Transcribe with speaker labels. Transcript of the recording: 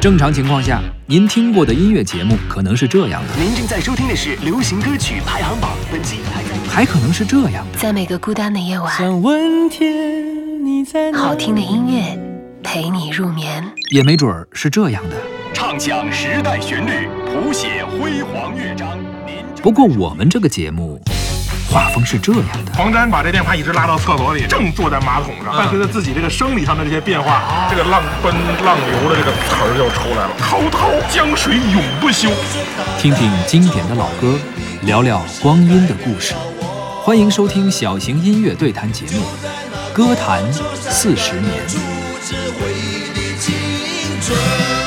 Speaker 1: 正常情况下，您听过的音乐节目可能是这样的，
Speaker 2: 您正在收听的是《流行歌曲排行榜》，本期排在
Speaker 1: 还可能是这样的。
Speaker 3: 在每个孤单的夜晚，
Speaker 4: 想问天，你在哪？
Speaker 3: 好听的音乐陪你入眠。
Speaker 1: 也没准儿是这样的。
Speaker 2: 唱响时代旋律，谱写辉煌乐章。您正
Speaker 1: 不过我们这个节目，画风是这样的。
Speaker 5: 黄沾把这电话一直拉到厕所里，正坐在马桶上，伴随着自己这个生理上的这些变化，啊这个浪奔浪流的这个词儿就出来了。滔滔江水永不休。
Speaker 1: 听听经典的老歌，聊聊光阴的故事。欢迎收听小型音乐对谈节目《歌坛四十年》。
Speaker 6: 住这回忆的青春。